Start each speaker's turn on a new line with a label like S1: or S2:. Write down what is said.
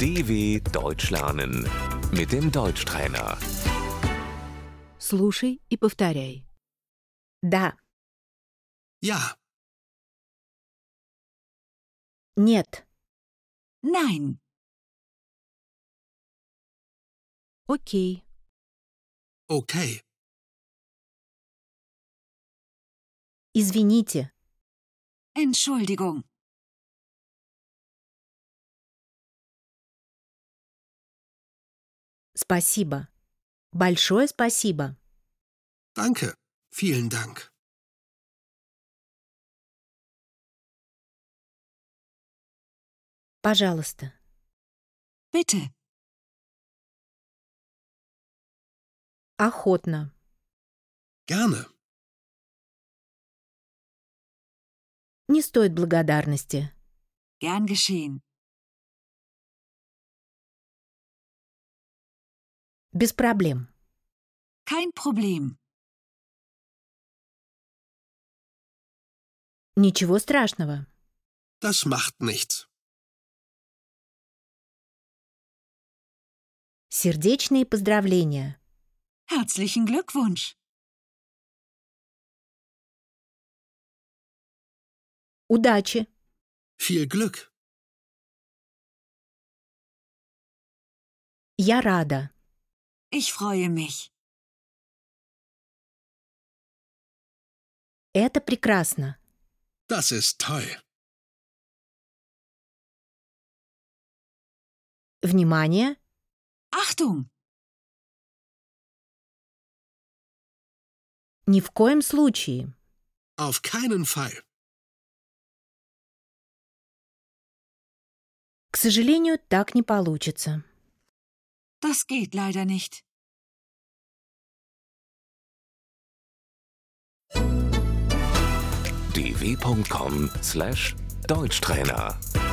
S1: DW Deutsch lernen mit dem Deutschtrainer.
S2: Слушай и повторяй. Да,
S3: Ja,
S2: нет,
S4: Nein,
S2: окей,
S3: okay,
S2: извините,
S4: Entschuldigung,
S2: спасибо. Большое спасибо.
S3: danke, vielen Dank.
S2: Пожалуйста,
S4: bitte,
S2: охотно,
S3: Gerne,
S2: не стоит благодарности.
S4: gern geschehen,
S2: Без проблем.
S4: kein Problem,
S2: Ничего страшного.
S3: das macht nichts.
S2: Сердечные поздравления.
S4: herzlichen Glückwunsch,
S2: Удачи.
S3: Viel Glück,
S2: Я рада.
S4: ich freue mich,
S2: Это прекрасно.
S3: das ist toll.
S2: Внимание.
S4: Achtung,
S2: Ни в коем случае.
S3: Auf keinen Fall.
S2: К сожалению, так не получится.
S4: das geht leider nicht.
S1: dw.com/deutschtrainer